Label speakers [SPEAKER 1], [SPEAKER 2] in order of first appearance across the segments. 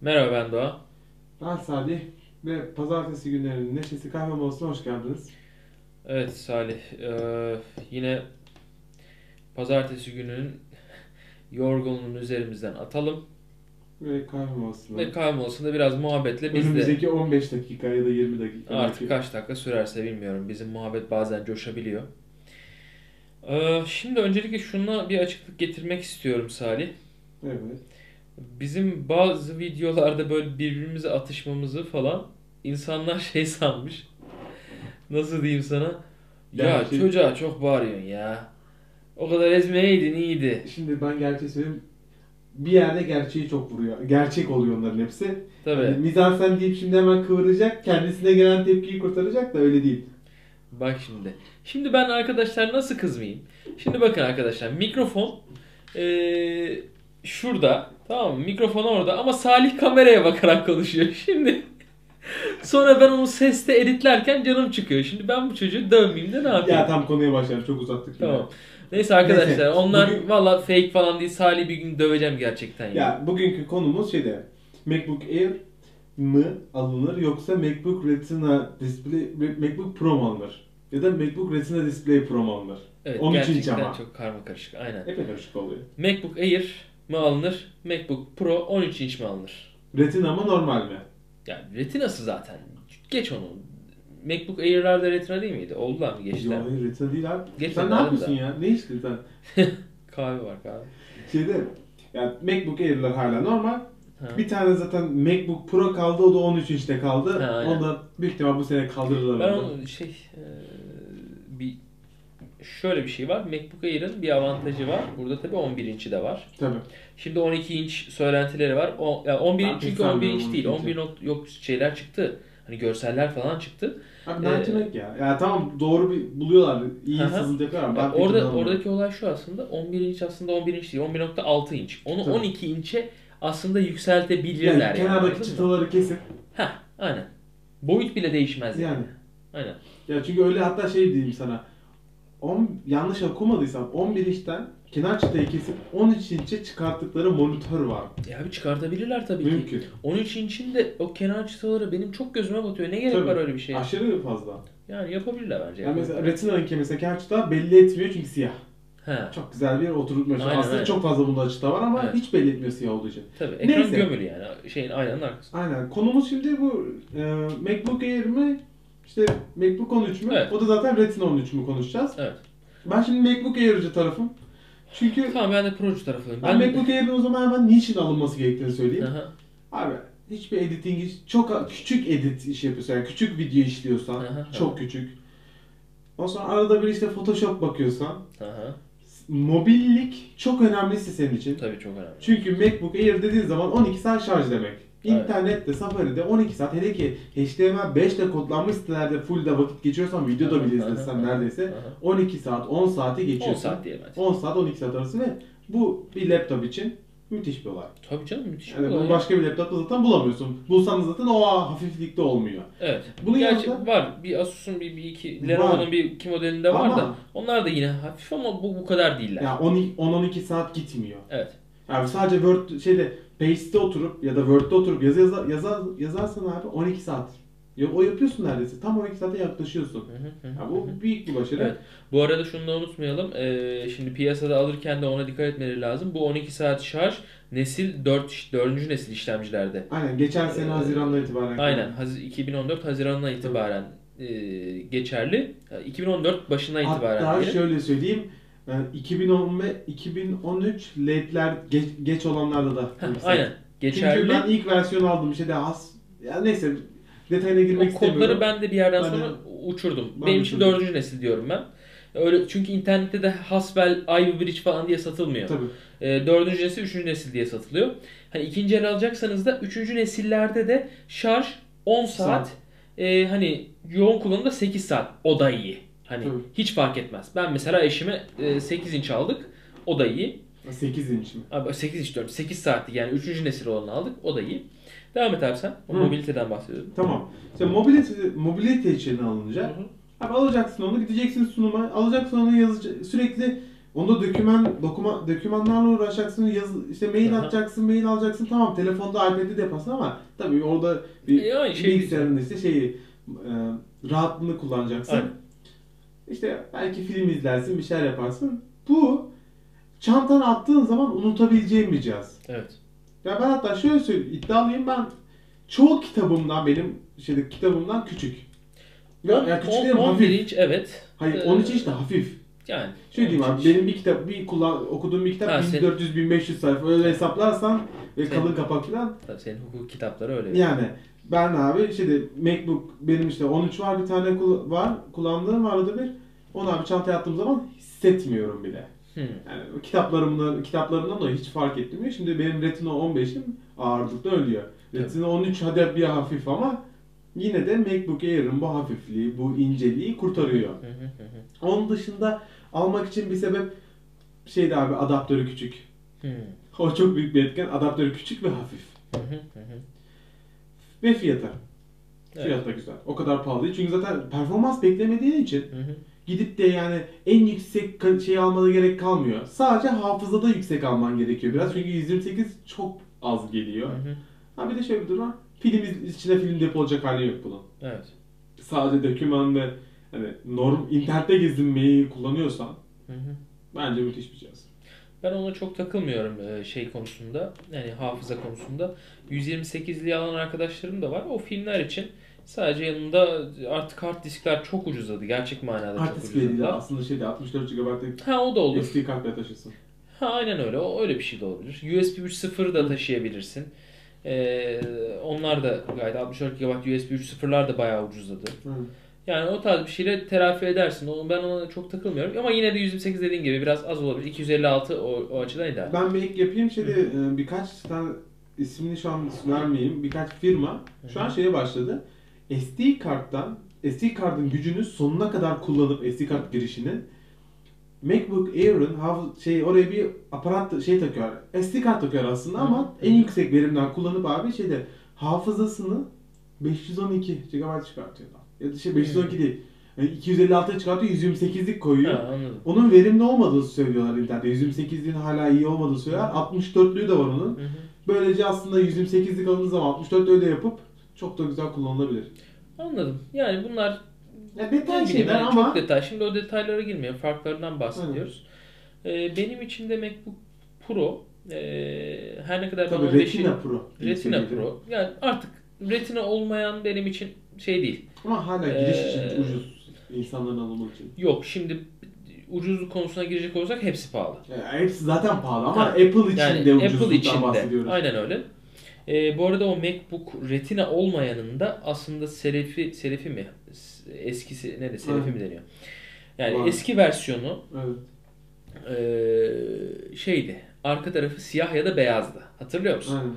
[SPEAKER 1] Merhaba ben Doğa.
[SPEAKER 2] Ben Salih ve pazartesi günlerinin neşesi kahve molasına hoş geldiniz.
[SPEAKER 1] Evet Salih, eee, yine pazartesi gününün yorgunluğunu üzerimizden atalım
[SPEAKER 2] Ve kahve molasına.
[SPEAKER 1] ve kahve molasında biraz muhabbetle biz de
[SPEAKER 2] Önümüzdeki 15 dakika ya da 20 dakika.
[SPEAKER 1] artık
[SPEAKER 2] belki.
[SPEAKER 1] kaç dakika sürerse bilmiyorum. Bizim muhabbet bazen coşabiliyor. Eee, şimdi öncelikle şuna bir açıklık getirmek istiyorum Salih.
[SPEAKER 2] Evet.
[SPEAKER 1] Bizim bazı videolarda böyle birbirimize atışmamızı falan insanlar şey sanmış. Nasıl diyeyim sana? Ya
[SPEAKER 2] Yani şey-
[SPEAKER 1] çocuğa çok bağırıyorsun ya. O kadar ezmeyeydin iyiydi.
[SPEAKER 2] Şimdi ben gerçeği söyleyeyim. Bir yerde gerçeği çok vuruyor. Gerçek oluyor onların hepsi.
[SPEAKER 1] Tabii.
[SPEAKER 2] Yani mizansen deyip şimdi hemen kıvıracak. Kendisine gelen tepkiyi kurtaracak da öyle değil.
[SPEAKER 1] Bak şimdi. Şimdi ben arkadaşlar nasıl kızmayayım? Şimdi bakın arkadaşlar mikrofon eee, şurada. Tamam mı? Mikrofon orada ama Salih kameraya bakarak konuşuyor. Şimdi sonra ben onu seste editlerken canım çıkıyor. Şimdi ben bu çocuğu dövmeyeyim de ne yapayım?
[SPEAKER 2] Ya tam konuya başlayalım. Çok uzattık. yine.
[SPEAKER 1] Tamam. Neyse arkadaşlar
[SPEAKER 2] Neyse,
[SPEAKER 1] onlar
[SPEAKER 2] bugün-
[SPEAKER 1] valla fake falan değil. Salih bir gün döveceğim gerçekten ya.
[SPEAKER 2] Ya bugünkü konumuz şeyde. MacBook Air mı alınır yoksa MacBook Retina Display MacBook Pro mu alınır? Ya da MacBook Retina Display Pro mu alınır?
[SPEAKER 1] Evet
[SPEAKER 2] 13 inç
[SPEAKER 1] gerçekten
[SPEAKER 2] ama.
[SPEAKER 1] çok karma karışık. Aynen.
[SPEAKER 2] Epey karışık oluyor.
[SPEAKER 1] MacBook Air mi alınır? MacBook Pro 13 inç mi alınır?
[SPEAKER 2] Retina mı normal mi?
[SPEAKER 1] Ya retinası zaten. Geç onu. MacBook Air'larda retina değil miydi? Oldular mı geçtiler?
[SPEAKER 2] Yok
[SPEAKER 1] mi?
[SPEAKER 2] hayır Retina değil abi.
[SPEAKER 1] Geçti
[SPEAKER 2] sen ne
[SPEAKER 1] abi
[SPEAKER 2] yapıyorsun
[SPEAKER 1] de.
[SPEAKER 2] ya? Ne içtin sen?
[SPEAKER 1] Kahve var kahve.
[SPEAKER 2] Şeyde yani MacBook Air'lar hala normal.
[SPEAKER 1] Ha.
[SPEAKER 2] Bir tane zaten MacBook Pro kaldı o da 13 inçte kaldı.
[SPEAKER 1] Ha, aynen.
[SPEAKER 2] o da büyük ihtimal bu sene kaldırırlar.
[SPEAKER 1] Ben
[SPEAKER 2] onu.
[SPEAKER 1] onu şey eee, bir şöyle bir şey var. MacBook Air'ın bir avantajı var. Burada tabii 11 inci de var.
[SPEAKER 2] Tabii.
[SPEAKER 1] Şimdi 12 inç söylentileri var. O, ya 11
[SPEAKER 2] Ben
[SPEAKER 1] inç çünkü
[SPEAKER 2] sanmıyorum
[SPEAKER 1] 11 inç değil.
[SPEAKER 2] 12
[SPEAKER 1] 11 not, yok şeyler çıktı. Hani görseller falan çıktı.
[SPEAKER 2] Abi
[SPEAKER 1] Ee,
[SPEAKER 2] ee, Mac ya. Ya tamam doğru bir buluyorlar. iyi
[SPEAKER 1] Hı hı.
[SPEAKER 2] sızılacaklar ama.
[SPEAKER 1] Ya
[SPEAKER 2] ben pek
[SPEAKER 1] orada
[SPEAKER 2] inanmıyorum.
[SPEAKER 1] oradaki olay şu aslında 11 inç aslında 11 inç değil. 11.6 inç. Onu
[SPEAKER 2] Tabii.
[SPEAKER 1] 12 inçe aslında yükseltebilirler
[SPEAKER 2] Yani
[SPEAKER 1] yani.
[SPEAKER 2] kenardaki
[SPEAKER 1] anladın mı?
[SPEAKER 2] çıtaları kesip
[SPEAKER 1] Heh, aynen. Boyut bile değişmez yani.
[SPEAKER 2] yani.
[SPEAKER 1] Aynen.
[SPEAKER 2] Ya çünkü öyle hatta şey diyeyim sana. On, yanlış okumadıysam 11 inçten kenar çıtayı kesip 13 inçe çıkarttıkları monitör var.
[SPEAKER 1] E abi çıkartabilirler tabii ki.
[SPEAKER 2] Mümkün.
[SPEAKER 1] 13 inçin de o kenar çıtaları benim çok gözüme batıyor. Ne gerek
[SPEAKER 2] Tabii.
[SPEAKER 1] var öyle bir şeye?
[SPEAKER 2] Aşırı fazla.
[SPEAKER 1] Yani yapabilirler bence.
[SPEAKER 2] Yani mesela Retina'nınki mesela kenar çıta belli etmiyor çünkü siyah.
[SPEAKER 1] Ha,
[SPEAKER 2] Çok güzel bir oturtma.
[SPEAKER 1] Aynen,
[SPEAKER 2] Aslında
[SPEAKER 1] aynen.
[SPEAKER 2] çok fazla bunda çıta var ama
[SPEAKER 1] Evet.
[SPEAKER 2] hiç belli etmiyor siyah olduğu için.
[SPEAKER 1] tabii. Ekran
[SPEAKER 2] Neyse.
[SPEAKER 1] gömülü yani. Şeyin aynanın arkasında.
[SPEAKER 2] Aynen. Konumuz şimdi bu e, MacBook Air mi? İşte MacBook 13 mü?
[SPEAKER 1] Evet.
[SPEAKER 2] O da zaten Retina 13 mü konuşacağız.
[SPEAKER 1] Evet.
[SPEAKER 2] Ben şimdi MacBook Air'cı tarafım. Çünkü
[SPEAKER 1] Tamam ben de Procu tarafındayım.
[SPEAKER 2] Ben
[SPEAKER 1] Ben,
[SPEAKER 2] MacBook Air'in o zaman hemen niçin alınması gerektiğini söyleyeyim.
[SPEAKER 1] Aha,
[SPEAKER 2] Abi hiçbir editing iş, çok küçük edit iş yapıyorsan, yani küçük video işliyorsan,
[SPEAKER 1] Aha,
[SPEAKER 2] çok küçük. Ondan sonra arada bir işte Photoshop bakıyorsan,
[SPEAKER 1] aha.
[SPEAKER 2] mobillik çok önemlisi senin için.
[SPEAKER 1] Tabii çok önemli.
[SPEAKER 2] Çünkü MacBook Air dediğin zaman 12 saat şarj demek.
[SPEAKER 1] Evet.
[SPEAKER 2] İnternette, Safari'de 12 saat hele ki HTML5 ile kodlanmış sitelerde full de vakit geçiyorsan, videoda bile
[SPEAKER 1] Aha,
[SPEAKER 2] izlesen
[SPEAKER 1] aha,
[SPEAKER 2] neredeyse
[SPEAKER 1] aha.
[SPEAKER 2] 12 saat, 10 saati
[SPEAKER 1] 10
[SPEAKER 2] geçiyorsun.
[SPEAKER 1] saat diyelim hadi.
[SPEAKER 2] 10 saat 12 saat arası ve bu bir laptop için müthiş bir olay.
[SPEAKER 1] Tabii canım müthiş bir
[SPEAKER 2] Yani
[SPEAKER 1] olay
[SPEAKER 2] bunu
[SPEAKER 1] ya.
[SPEAKER 2] başka bir laptopta zaten bulamıyorsun. Bulsan da zaten o hafiflikte olmuyor.
[SPEAKER 1] Evet.
[SPEAKER 2] Bunun
[SPEAKER 1] Gerçi
[SPEAKER 2] yanında-
[SPEAKER 1] var. Bir Asus'un bir, bir iki Lenovo'nun bir iki modelinde var da
[SPEAKER 2] Ama-
[SPEAKER 1] onlar da yine hafif ama bu bu kadar değiller.
[SPEAKER 2] Yani 10 10-12 saat gitmiyor.
[SPEAKER 1] Evet.
[SPEAKER 2] Yani sadece Word şeyde Paste'de oturup ya da Word'de oturup yazı yaza, yaza, yazarsan abi 12 saat. Ya, o yapıyorsun neredeyse. Tam 12 saate yaklaşıyorsun.
[SPEAKER 1] Hı hı hı.
[SPEAKER 2] Yani bu büyük bir başarı.
[SPEAKER 1] Evet. Bu arada şunu da unutmayalım. Ee, şimdi piyasada alırken de ona dikkat etmeleri lazım. Bu 12 saat şarj nesil 4 4. nesil işlemcilerde.
[SPEAKER 2] Aynen geçen sene
[SPEAKER 1] Ee,
[SPEAKER 2] Haziran'dan itibaren.
[SPEAKER 1] Aynen. Haz- 2014 Haziran'dan itibaren e, geçerli. E, 2014 başına itibaren
[SPEAKER 2] Hatta
[SPEAKER 1] diyelim.
[SPEAKER 2] şöyle söyleyeyim. Ee, yani 2010 ve 2013 late'ler E geç, geç olanlarda da.
[SPEAKER 1] Heh,
[SPEAKER 2] yükseldi.
[SPEAKER 1] Aynen. Geçerli.
[SPEAKER 2] Çünkü ben ilk versiyon aldım işte daha az. Ya neyse detayına girmek
[SPEAKER 1] O kodları
[SPEAKER 2] istemiyorum.
[SPEAKER 1] ben de bir yerden
[SPEAKER 2] Ben de-
[SPEAKER 1] sonra uçurdum.
[SPEAKER 2] Ben
[SPEAKER 1] Benim için
[SPEAKER 2] uçurdum.
[SPEAKER 1] dördüncü nesil diyorum ben. Öyle çünkü internette de Haswell, Ivy Bridge falan diye satılmıyor.
[SPEAKER 2] Tabii.
[SPEAKER 1] E, dördüncü nesil, üçüncü nesil diye satılıyor. Hani ikinci el alacaksanız da üçüncü nesillerde de şarj 10 saat,
[SPEAKER 2] Saat.
[SPEAKER 1] e, hani yoğun kullanımda 8 saat. O da iyi. Hani
[SPEAKER 2] Tabii.
[SPEAKER 1] hiç fark etmez. Ben mesela eşime e, 8 inç aldık. O da iyi.
[SPEAKER 2] 8 inç mi?
[SPEAKER 1] Abi 8 inç diyorum. 8 saatlik yani 3. nesil olanı aldık. O da iyi. Devam et abi sen. O
[SPEAKER 2] Hı.
[SPEAKER 1] mobiliteden bahsediyordun.
[SPEAKER 2] Tamam. İşte mobilite, mobilite için
[SPEAKER 1] Hı
[SPEAKER 2] alınacak.
[SPEAKER 1] hı.
[SPEAKER 2] Abi alacaksın onu gideceksin sunuma. Alacaksın onu yazacak. Sürekli Onda döküman, dokuma, dokümanlarla uğraşacaksın, yaz, işte mail
[SPEAKER 1] Aha.
[SPEAKER 2] atacaksın, mail alacaksın. Tamam telefonda iPad'de de yaparsın ama tabii orada bir
[SPEAKER 1] E, aynı şey
[SPEAKER 2] bilgisayarında işte şeyi e, rahatlığını kullanacaksın.
[SPEAKER 1] Aynen.
[SPEAKER 2] İşte belki film izlersin, bir şeyler yaparsın. Bu çantana attığın zaman unutabileceğin bir cihaz.
[SPEAKER 1] Evet.
[SPEAKER 2] Ya ben hatta şöyle söyleyeyim, iddialıyım ben çoğu kitabımdan benim şeyde kitabımdan küçük. Ya,
[SPEAKER 1] On-
[SPEAKER 2] ya küçük
[SPEAKER 1] on-
[SPEAKER 2] değil,
[SPEAKER 1] 11
[SPEAKER 2] hafif.
[SPEAKER 1] inç evet.
[SPEAKER 2] Hayır,
[SPEAKER 1] Ee,
[SPEAKER 2] 13 inç de hafif.
[SPEAKER 1] Yani.
[SPEAKER 2] Şöyle diyeyim
[SPEAKER 1] 13
[SPEAKER 2] abi,
[SPEAKER 1] inç.
[SPEAKER 2] benim bir kitap, bir kullan, okuduğum bir kitap
[SPEAKER 1] Ha, senin-
[SPEAKER 2] 1400-1500 sayfa öyle hesaplarsan ve
[SPEAKER 1] Senin-
[SPEAKER 2] kalın kapak falan.
[SPEAKER 1] Tabii senin hukuk kitapları öyle.
[SPEAKER 2] Yani ben abi şeyde MacBook benim işte 13 var bir tane kul- var, kullandığım var arada bir. Onu abi çantaya attığım zaman hissetmiyorum bile.
[SPEAKER 1] Hmm.
[SPEAKER 2] Yani o kitaplarımdan, kitaplarımdan da hiç fark etmiyor. Şimdi benim Retina 15'im ağırlıkta ölüyor. Retina 13 hadi bir hafif ama yine de MacBook Air'ın bu hafifliği, bu inceliği kurtarıyor.
[SPEAKER 1] Hı hı hı hı.
[SPEAKER 2] Onun dışında almak için bir sebep şeydi abi adaptörü küçük.
[SPEAKER 1] Hmm.
[SPEAKER 2] O çok büyük bir etken. Adaptörü küçük ve hafif.
[SPEAKER 1] Hı hı hı hı.
[SPEAKER 2] Ve fiyatı.
[SPEAKER 1] Evet.
[SPEAKER 2] Fiyat da güzel. O kadar pahalı değil. Çünkü zaten performans beklemediğin için
[SPEAKER 1] Hı hı.
[SPEAKER 2] gidip de yani en yüksek ka- şey almana gerek kalmıyor. Sadece hafızada yüksek alman gerekiyor biraz. Çünkü 128 çok az geliyor.
[SPEAKER 1] Hı hı.
[SPEAKER 2] Ha bir de şöyle bir durum var. Film iz- içinde film depolacak hali yok bunun.
[SPEAKER 1] Evet.
[SPEAKER 2] Sadece döküman ve hani norm internette gezinmeyi kullanıyorsan
[SPEAKER 1] Hı hı.
[SPEAKER 2] bence müthiş bir cihaz.
[SPEAKER 1] Ben ona çok takılmıyorum e, şey konusunda. Yani hafıza konusunda. 128'li alan arkadaşlarım da var. O filmler için sadece yanında artık hard diskler çok ucuzladı. Gerçek manada
[SPEAKER 2] Hard
[SPEAKER 1] çok
[SPEAKER 2] disk değil de
[SPEAKER 1] ucuzladı.
[SPEAKER 2] aslında şeyde 64 GB'lık
[SPEAKER 1] Ha o da olur.
[SPEAKER 2] SD kartla taşırsın.
[SPEAKER 1] Ha aynen öyle. O öyle bir şey de olabilir. USB 3.0 da taşıyabilirsin. Ee, onlar da gayet 64 GB USB 3.0'lar da bayağı ucuzladı. Yani o tarz bir şeyle telafi edersin. Onu ben ona çok takılmıyorum ama yine de 128 dediğin gibi biraz az olabilir. 256 o, o açıdan ideal.
[SPEAKER 2] Ben bir ek yapayım. Şeyde e, birkaç tane ismini şu an vermeyeyim. Birkaç firma şu an şeye başladı. SD karttan SD kartın gücünü sonuna kadar kullanıp SD kart girişini MacBook Air'ın hafız- şey oraya bir aparat şey takıyor. SD kart takıyor aslında ama
[SPEAKER 1] Hı.
[SPEAKER 2] en yüksek verimden kullanıp abi şeyde hafızasını 512 GB çıkartıyor. Ya da şey 512 değil. Yani 256 çıkartıyor, 128'lik koyuyor.
[SPEAKER 1] Ha, anladım.
[SPEAKER 2] Onun verimli olmadığını söylüyorlar internette. 128'in hala iyi olmadığını söylüyorlar. 64'lüğü de var onun.
[SPEAKER 1] Hı hı.
[SPEAKER 2] Böylece aslında 128'lik alındığı zaman 64'lüğü de yapıp çok da güzel kullanılabilir.
[SPEAKER 1] Anladım. Yani bunlar
[SPEAKER 2] Ya detay
[SPEAKER 1] ne bileyim
[SPEAKER 2] şeyler
[SPEAKER 1] yani
[SPEAKER 2] ama
[SPEAKER 1] şey çok detay. Şimdi o detaylara girmeyelim. Farklarından bahsediyoruz. Ee, benim için de MacBook Pro ee, her ne kadar ben
[SPEAKER 2] tabii
[SPEAKER 1] 15'i-
[SPEAKER 2] Retina Pro.
[SPEAKER 1] Retina Pro. Yani artık Retina olmayan benim için şey değil.
[SPEAKER 2] Ama hala giriş
[SPEAKER 1] Ee,
[SPEAKER 2] için ucuz. insanların alımı için.
[SPEAKER 1] Yok şimdi ucuzluk konusuna girecek olursak hepsi pahalı.
[SPEAKER 2] Yani hepsi zaten pahalı ama
[SPEAKER 1] Ha,
[SPEAKER 2] Apple için de ucuzluktan
[SPEAKER 1] Apple için
[SPEAKER 2] bahsediyoruz.
[SPEAKER 1] de. Aynen öyle. Ee, bu arada o MacBook Retina olmayanın da aslında serifi, serifi mi? S- Eskisi ne de serifi
[SPEAKER 2] Aynen.
[SPEAKER 1] mi deniyor? Yani
[SPEAKER 2] Aynen.
[SPEAKER 1] eski versiyonu
[SPEAKER 2] Evet.
[SPEAKER 1] eee, şeydi. Arka tarafı siyah ya da beyazdı. Hatırlıyor musun?
[SPEAKER 2] Aynen.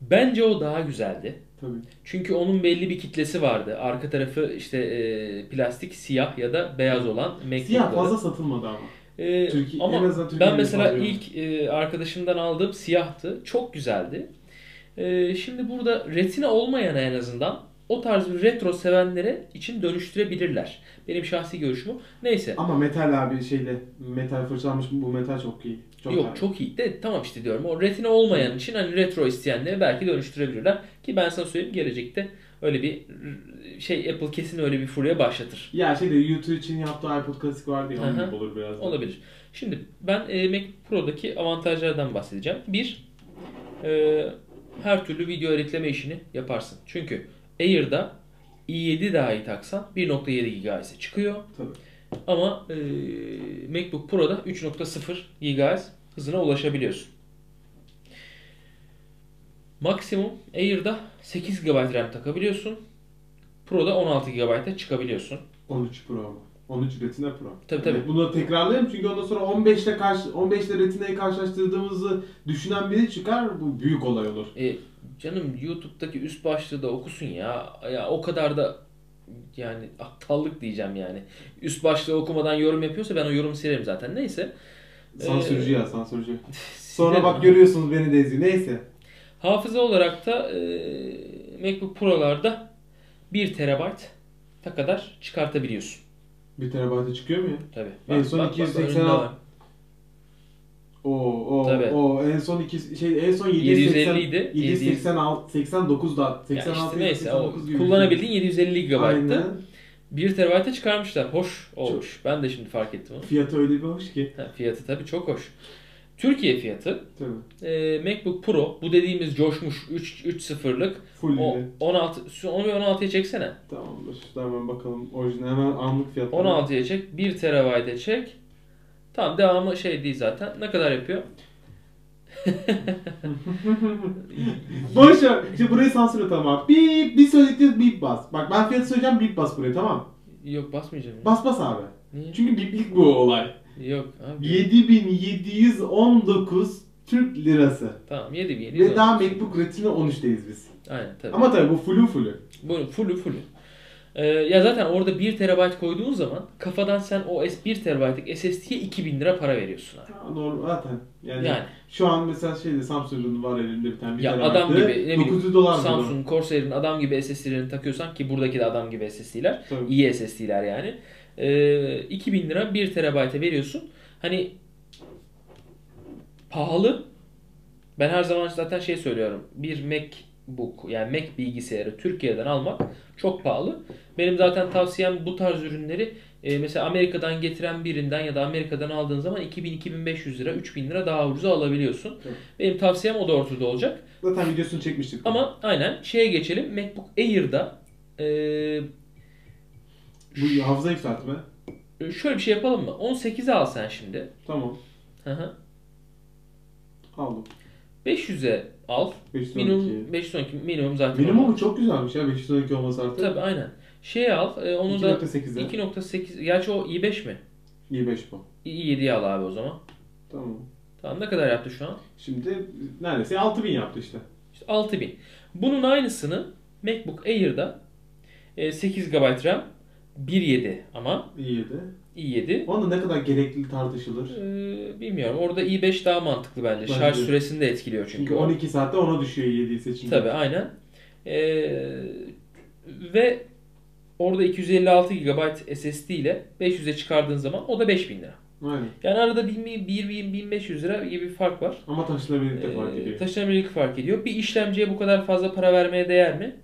[SPEAKER 1] Bence o daha güzeldi.
[SPEAKER 2] Tabii.
[SPEAKER 1] Çünkü onun belli bir kitlesi vardı. Arka tarafı işte e, plastik siyah ya da beyaz olan MacBook'ları.
[SPEAKER 2] Siyah fazla satılmadı ama.
[SPEAKER 1] E,
[SPEAKER 2] Türkiye- en
[SPEAKER 1] ama
[SPEAKER 2] azından Türkiye'de
[SPEAKER 1] ben mesela
[SPEAKER 2] fazla yok.
[SPEAKER 1] ilk e, arkadaşımdan aldığım siyahtı. Çok güzeldi. E, şimdi burada retina olmayan en azından o tarz bir retro sevenlere için dönüştürebilirler. Benim şahsi görüşüm o. Neyse.
[SPEAKER 2] Ama metal abi şeyle metal fırçalanmış bu metal çok iyi. Çok
[SPEAKER 1] Yok
[SPEAKER 2] harika.
[SPEAKER 1] çok iyi de tamam işte diyorum. O retina olmayan için hani retro isteyenleri belki dönüştürebilirler. Ki ben sana söyleyeyim gelecekte öyle bir şey Apple kesin öyle bir furya başlatır.
[SPEAKER 2] Ya şey de YouTube için yaptığı iPod Classic vardı ya
[SPEAKER 1] Aha.
[SPEAKER 2] onun gibi olur biraz. da.
[SPEAKER 1] Olabilir. Şimdi ben e, Mac Pro'daki avantajlardan bahsedeceğim. Bir, e, her türlü video editleme işini yaparsın. Çünkü Air'da i7 dahi taksan 1.7 GHz'e çıkıyor.
[SPEAKER 2] Tabii.
[SPEAKER 1] Ama e, MacBook Pro'da 3.0 GHz hızına ulaşabiliyorsun. Maksimum Air'da 8 GB RAM takabiliyorsun. Pro'da 16 GB'a çıkabiliyorsun.
[SPEAKER 2] 13 Pro ama. 13 Retina Pro.
[SPEAKER 1] Tabii, tabii.
[SPEAKER 2] Yani Bunu tekrarlayayım çünkü ondan sonra 15 ile karşı 15 ile Retina'yı karşılaştırdığımızı düşünen biri çıkar bu büyük olay olur.
[SPEAKER 1] E, canım YouTube'daki üst başlığı da okusun ya. Ya o kadar da yani aptallık diyeceğim yani. Üst başlığı okumadan yorum yapıyorsa ben o yorumu silerim zaten. Neyse. Ee,
[SPEAKER 2] Sansürcü ya sansürcü.
[SPEAKER 1] Silerim
[SPEAKER 2] Sonra
[SPEAKER 1] ha.
[SPEAKER 2] bak görüyorsunuz beni de izliyor. Neyse.
[SPEAKER 1] Hafıza olarak da e, MacBook Pro'larda 1 TB ta kadar çıkartabiliyorsun.
[SPEAKER 2] 1 terabayta çıkıyor mu ya?
[SPEAKER 1] Tabii.
[SPEAKER 2] En son
[SPEAKER 1] önünde
[SPEAKER 2] 286.
[SPEAKER 1] var.
[SPEAKER 2] O o
[SPEAKER 1] Tabii.
[SPEAKER 2] o en son iki şey en son
[SPEAKER 1] 750
[SPEAKER 2] 750
[SPEAKER 1] idi.
[SPEAKER 2] 786 89 da
[SPEAKER 1] Ya
[SPEAKER 2] 86
[SPEAKER 1] işte neyse o
[SPEAKER 2] 89 gibi.
[SPEAKER 1] kullanabildiğin 750 GB'tı.
[SPEAKER 2] Aynen.
[SPEAKER 1] 1 TB'e çıkarmışlar. Hoş olmuş. Ben de şimdi fark ettim onu.
[SPEAKER 2] Fiyatı öyle bir hoş ki.
[SPEAKER 1] Ha, fiyatı tabii çok hoş. Türkiye fiyatı
[SPEAKER 2] Tabii.
[SPEAKER 1] e, MacBook Pro bu dediğimiz coşmuş 3 3.0'lık
[SPEAKER 2] Full
[SPEAKER 1] o
[SPEAKER 2] ile.
[SPEAKER 1] 16 şu onu bir 16'ya çeksene.
[SPEAKER 2] Tamamdır. Şurada hemen bakalım. Orijinal hemen anlık fiyatları.
[SPEAKER 1] 16'ya çek, 1 TB'e çek. Tamam devamı şey değil zaten. Ne kadar yapıyor?
[SPEAKER 2] Boş ver. Şimdi burayı sansür et tamam. Bip bir söyledikleri bip bas. Bak ben fiyatı söyleyeceğim bip bas buraya tamam.
[SPEAKER 1] Yok basmayacağım. ya.
[SPEAKER 2] Bas bas abi.
[SPEAKER 1] Niye?
[SPEAKER 2] Çünkü biplik bu olay.
[SPEAKER 1] Yok abi.
[SPEAKER 2] 7719 Türk lirası.
[SPEAKER 1] Tamam 7 bin.
[SPEAKER 2] Ve daha MacBook Retina 13'teyiz biz.
[SPEAKER 1] Aynen tabii.
[SPEAKER 2] Ama tabii bu flu flu.
[SPEAKER 1] Bunu fullü fullü. Ee, ya zaten orada 1 TB koyduğun zaman kafadan sen o S- 1 TB'lik SSD'ye 2000 lira para veriyorsun abi.
[SPEAKER 2] Ha, Doğru zaten. Yani,
[SPEAKER 1] Yani.
[SPEAKER 2] şu an mesela şeyde Samsung'un var elimde bir tane bir
[SPEAKER 1] Ya
[SPEAKER 2] tane
[SPEAKER 1] adam
[SPEAKER 2] vardı.
[SPEAKER 1] gibi ne
[SPEAKER 2] 900
[SPEAKER 1] bileyim
[SPEAKER 2] dolar bu da.
[SPEAKER 1] Samsung Corsair'in adam gibi SSD'lerini takıyorsan ki buradaki de adam gibi SSD'ler.
[SPEAKER 2] Tabii.
[SPEAKER 1] iyi SSD'ler yani. Ee, 2000 lira 1 TB'e veriyorsun. Hani pahalı. Ben her zaman zaten şey söylüyorum. Bir MacBook yani Mac bilgisayarı Türkiye'den almak çok pahalı. Benim zaten tavsiyem bu tarz ürünleri e, mesela Amerika'dan getiren birinden ya da Amerika'dan aldığın zaman 2000-2500 lira 3000 lira daha ucuza alabiliyorsun.
[SPEAKER 2] Evet.
[SPEAKER 1] Benim tavsiyem o doğrultuda olacak.
[SPEAKER 2] Zaten videosunu çekmiştik.
[SPEAKER 1] Ama aynen şeye geçelim. MacBook Air'da e, eee,
[SPEAKER 2] Bu hafıza yükseltme.
[SPEAKER 1] şöyle bir şey yapalım mı? 18'e al sen şimdi.
[SPEAKER 2] Tamam.
[SPEAKER 1] Hı hı.
[SPEAKER 2] Aldım.
[SPEAKER 1] 500'e al.
[SPEAKER 2] 512.
[SPEAKER 1] Minimum 512 minimum zaten.
[SPEAKER 2] Minimumu çok güzelmiş ya 512 olması artık.
[SPEAKER 1] Tabii aynen. Şeye al. e, onu da
[SPEAKER 2] 2.8'e.
[SPEAKER 1] 2.8 gerçi o i5 mi?
[SPEAKER 2] İyi 5 bu.
[SPEAKER 1] i7'yi al abi o zaman.
[SPEAKER 2] Tamam.
[SPEAKER 1] Tamam ne kadar yaptı şu an?
[SPEAKER 2] Şimdi neredeyse 6000 yaptı işte.
[SPEAKER 1] İşte 6000. Bunun aynısını MacBook Air'da e, 8 GB RAM 1.7 ama
[SPEAKER 2] İyi de.
[SPEAKER 1] i7
[SPEAKER 2] Onda ne kadar gerekli tartışılır.
[SPEAKER 1] Ee, bilmiyorum. Orada i5 daha mantıklı bence.
[SPEAKER 2] Bence
[SPEAKER 1] Şarj
[SPEAKER 2] de.
[SPEAKER 1] süresini de etkiliyor çünkü.
[SPEAKER 2] Çünkü
[SPEAKER 1] o.
[SPEAKER 2] 12 saatte ona düşüyor 7'yi seçince.
[SPEAKER 1] Tabii aynen. Ee, ve orada 256 GB SSD ile 500'e çıkardığın zaman o da 5000 lira.
[SPEAKER 2] Aynen.
[SPEAKER 1] Yani arada 1000-1500 lira gibi bir fark var.
[SPEAKER 2] Ama taşınabilirlik de fark
[SPEAKER 1] Ee,
[SPEAKER 2] ediyor.
[SPEAKER 1] taşınabilirlik fark ediyor. Bir işlemciye bu kadar fazla para vermeye değer mi?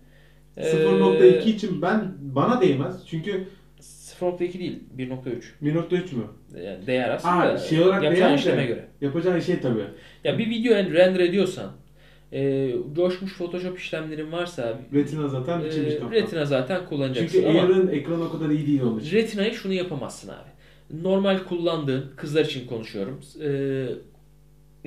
[SPEAKER 1] Ee,
[SPEAKER 2] 0.2 için ben bana değmez. Çünkü
[SPEAKER 1] 0.2 değil 1.3.
[SPEAKER 2] 1.3 mü?
[SPEAKER 1] Yani değer aslında.
[SPEAKER 2] Aa, şey olarak
[SPEAKER 1] yapacağın
[SPEAKER 2] değer de.
[SPEAKER 1] işleme göre.
[SPEAKER 2] Yapacağı şey tabii.
[SPEAKER 1] Ya bir video end- render ediyorsan, e, coşmuş Photoshop işlemlerin varsa
[SPEAKER 2] Retina zaten
[SPEAKER 1] e,
[SPEAKER 2] biçilmiş kafa.
[SPEAKER 1] Retina zaten kullanacaksın
[SPEAKER 2] Çünkü
[SPEAKER 1] ama
[SPEAKER 2] Air'ın ekranı o kadar iyi değil onun için.
[SPEAKER 1] Retina'yı şunu yapamazsın abi. Normal kullandığın, kızlar için konuşuyorum. E,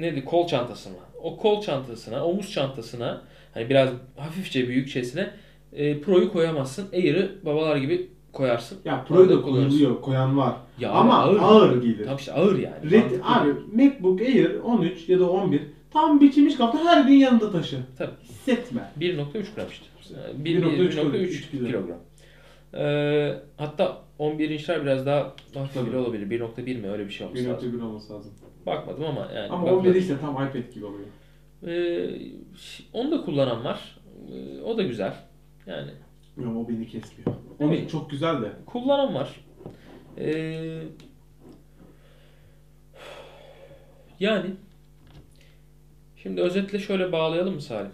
[SPEAKER 1] neydi? Kol çantasına. O kol çantasına, omuz çantasına hani biraz hafifçe büyükçesine e, Pro'yu koyamazsın. Air'ı babalar gibi koyarsın.
[SPEAKER 2] Ya Pro'yu da
[SPEAKER 1] Orada kullanırsın.
[SPEAKER 2] koyuluyor, koyan var.
[SPEAKER 1] Ya
[SPEAKER 2] Ama ağır, gelir.
[SPEAKER 1] Tamam işte ağır yani.
[SPEAKER 2] Red,
[SPEAKER 1] Mantıklı.
[SPEAKER 2] abi MacBook Air 13 ya da 11 tam biçilmiş kapta her gün yanında taşı.
[SPEAKER 1] Tabii.
[SPEAKER 2] Hissetme.
[SPEAKER 1] 1.3 gram işte. Yani bir-
[SPEAKER 2] 1.3
[SPEAKER 1] 1.3
[SPEAKER 2] kilo.
[SPEAKER 1] kilogram. Ee, hatta 11 inçler biraz daha hafif
[SPEAKER 2] Tabii.
[SPEAKER 1] bile olabilir. 1.1 mi öyle bir şey olması lazım.
[SPEAKER 2] 1.1 olması lazım.
[SPEAKER 1] Bakmadım ama yani.
[SPEAKER 2] Ama
[SPEAKER 1] bakmadım.
[SPEAKER 2] 11 işte tam iPad gibi oluyor.
[SPEAKER 1] Ee, ş- onu da kullanan var. Ee, o da güzel. Yani
[SPEAKER 2] Yok o beni kesmiyor. 12
[SPEAKER 1] Evet.
[SPEAKER 2] çok güzel de.
[SPEAKER 1] kullanan var. Ee, yani şimdi özetle şöyle bağlayalım mı Salim?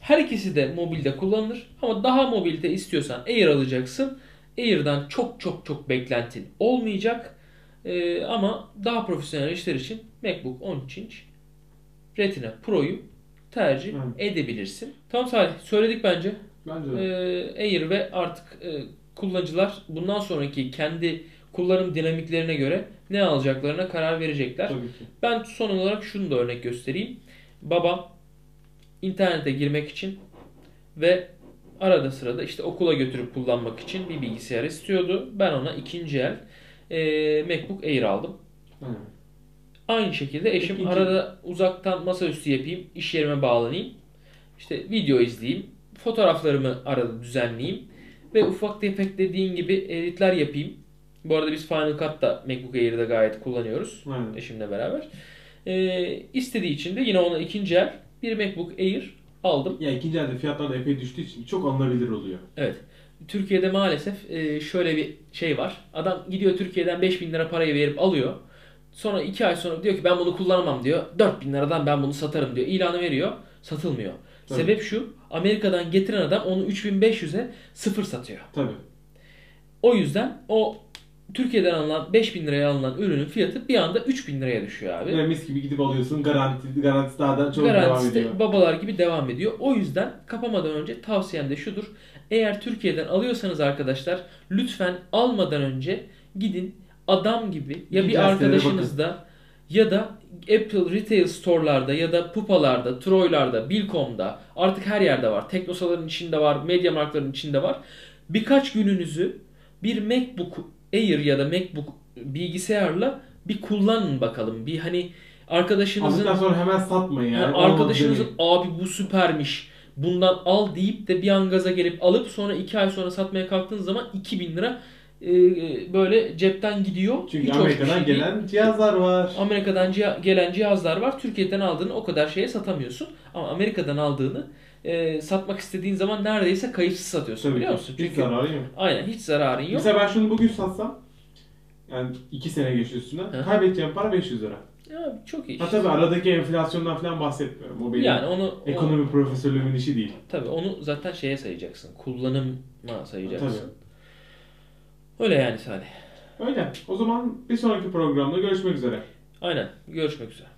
[SPEAKER 1] Her ikisi de mobilde kullanılır ama daha mobilde istiyorsan Air alacaksın. Air'dan çok çok çok beklentin olmayacak. Ee, ama daha profesyonel işler için MacBook 13 inç Retina Pro'yu tercih
[SPEAKER 2] Evet.
[SPEAKER 1] edebilirsin. Tamam Salih söyledik bence.
[SPEAKER 2] Bence de.
[SPEAKER 1] Ee, Air ve artık e, kullanıcılar bundan sonraki kendi kullanım dinamiklerine göre ne alacaklarına karar verecekler.
[SPEAKER 2] Tabii ki.
[SPEAKER 1] Ben son olarak şunu da örnek göstereyim. Babam internete girmek için ve arada sırada işte okula götürüp kullanmak için bir bilgisayar istiyordu. Ben ona ikinci el e, MacBook Air aldım.
[SPEAKER 2] Aynen.
[SPEAKER 1] Aynı şekilde eşim
[SPEAKER 2] İkinci-
[SPEAKER 1] arada uzaktan masaüstü yapayım, iş yerime bağlanayım. İşte video izleyeyim, fotoğraflarımı arada düzenleyeyim ve ufak tefek dediğin gibi editler yapayım. Bu arada biz Final Cut'ta MacBook Air'da gayet kullanıyoruz
[SPEAKER 2] Aynen.
[SPEAKER 1] eşimle beraber. Ee, istediği için de yine ona ikinci el bir MacBook Air aldım.
[SPEAKER 2] Ya ikinci elde fiyatlar da epey düştüğü için çok alınabilir oluyor.
[SPEAKER 1] Evet. Türkiye'de maalesef e, şöyle bir şey var. Adam gidiyor Türkiye'den 5000 lira parayı verip alıyor. Sonra 2 ay sonra diyor ki ben bunu kullanamam diyor. 4000 liradan ben bunu satarım diyor. İlanı veriyor. Satılmıyor.
[SPEAKER 2] Tabii.
[SPEAKER 1] Sebep şu. Amerika'dan getiren adam onu 3500'e sıfır satıyor.
[SPEAKER 2] Tabii.
[SPEAKER 1] O yüzden o Türkiye'den alınan 5000 liraya alınan ürünün fiyatı bir anda 3000 liraya düşüyor abi.
[SPEAKER 2] Ve mis gibi gidip alıyorsun. Garanti, garantisi daha da çok devam
[SPEAKER 1] Garantisi de
[SPEAKER 2] ediyor.
[SPEAKER 1] babalar gibi devam ediyor. O yüzden kapamadan önce tavsiyem de şudur. Eğer Türkiye'den alıyorsanız arkadaşlar lütfen almadan önce gidin adam gibi ya
[SPEAKER 2] Gideceğiz,
[SPEAKER 1] bir arkadaşınızda ya da Apple retail store'larda ya da Pupa'larda, Troy'larda, Bilkom'da artık her yerde var. Teknosaların içinde var, Mediamarkt'ların içinde var. Birkaç gününüzü bir MacBook Air ya da MacBook bilgisayarla bir kullanın bakalım. Bir hani arkadaşınızın
[SPEAKER 2] Aldıktan sonra hemen satmayın yani.
[SPEAKER 1] yani
[SPEAKER 2] Olmadı
[SPEAKER 1] arkadaşınızın
[SPEAKER 2] demeyin.
[SPEAKER 1] abi bu süpermiş bundan al deyip de bir an gaza gelip alıp sonra 2 ay sonra satmaya kalktığınız zaman 2000 lira e, böyle cepten gidiyor.
[SPEAKER 2] Çünkü
[SPEAKER 1] Hiç hoş bir
[SPEAKER 2] Amerika'dan
[SPEAKER 1] şey değil.
[SPEAKER 2] gelen cihazlar var.
[SPEAKER 1] Amerika'dan ciha- gelen cihazlar var. Türkiye'den aldığını o kadar şeye satamıyorsun. Ama Amerika'dan aldığını e, satmak istediğin zaman neredeyse kayıpsız satıyorsun
[SPEAKER 2] Tabii
[SPEAKER 1] biliyor
[SPEAKER 2] ki.
[SPEAKER 1] musun?
[SPEAKER 2] Hiç
[SPEAKER 1] Çünkü
[SPEAKER 2] zararı yok.
[SPEAKER 1] aynen hiç zararın yok.
[SPEAKER 2] Mesela ben şunu bugün satsam yani 2 sene geçiyor üstünden.
[SPEAKER 1] Hı.
[SPEAKER 2] Kaybedeceğim para 500 lira.
[SPEAKER 1] Ya, çok iyi.
[SPEAKER 2] Ha tabii aradaki enflasyondan falan bahsetmiyorum. O benim
[SPEAKER 1] Yani onu o-
[SPEAKER 2] ekonomi profesörlüğümün işi değil.
[SPEAKER 1] Tabii onu zaten şeye sayacaksın. Kullanıma sayacaksın.
[SPEAKER 2] Tabii.
[SPEAKER 1] Öyle yani Salih.
[SPEAKER 2] Öyle. O zaman bir sonraki programda görüşmek üzere.
[SPEAKER 1] Aynen. Görüşmek üzere.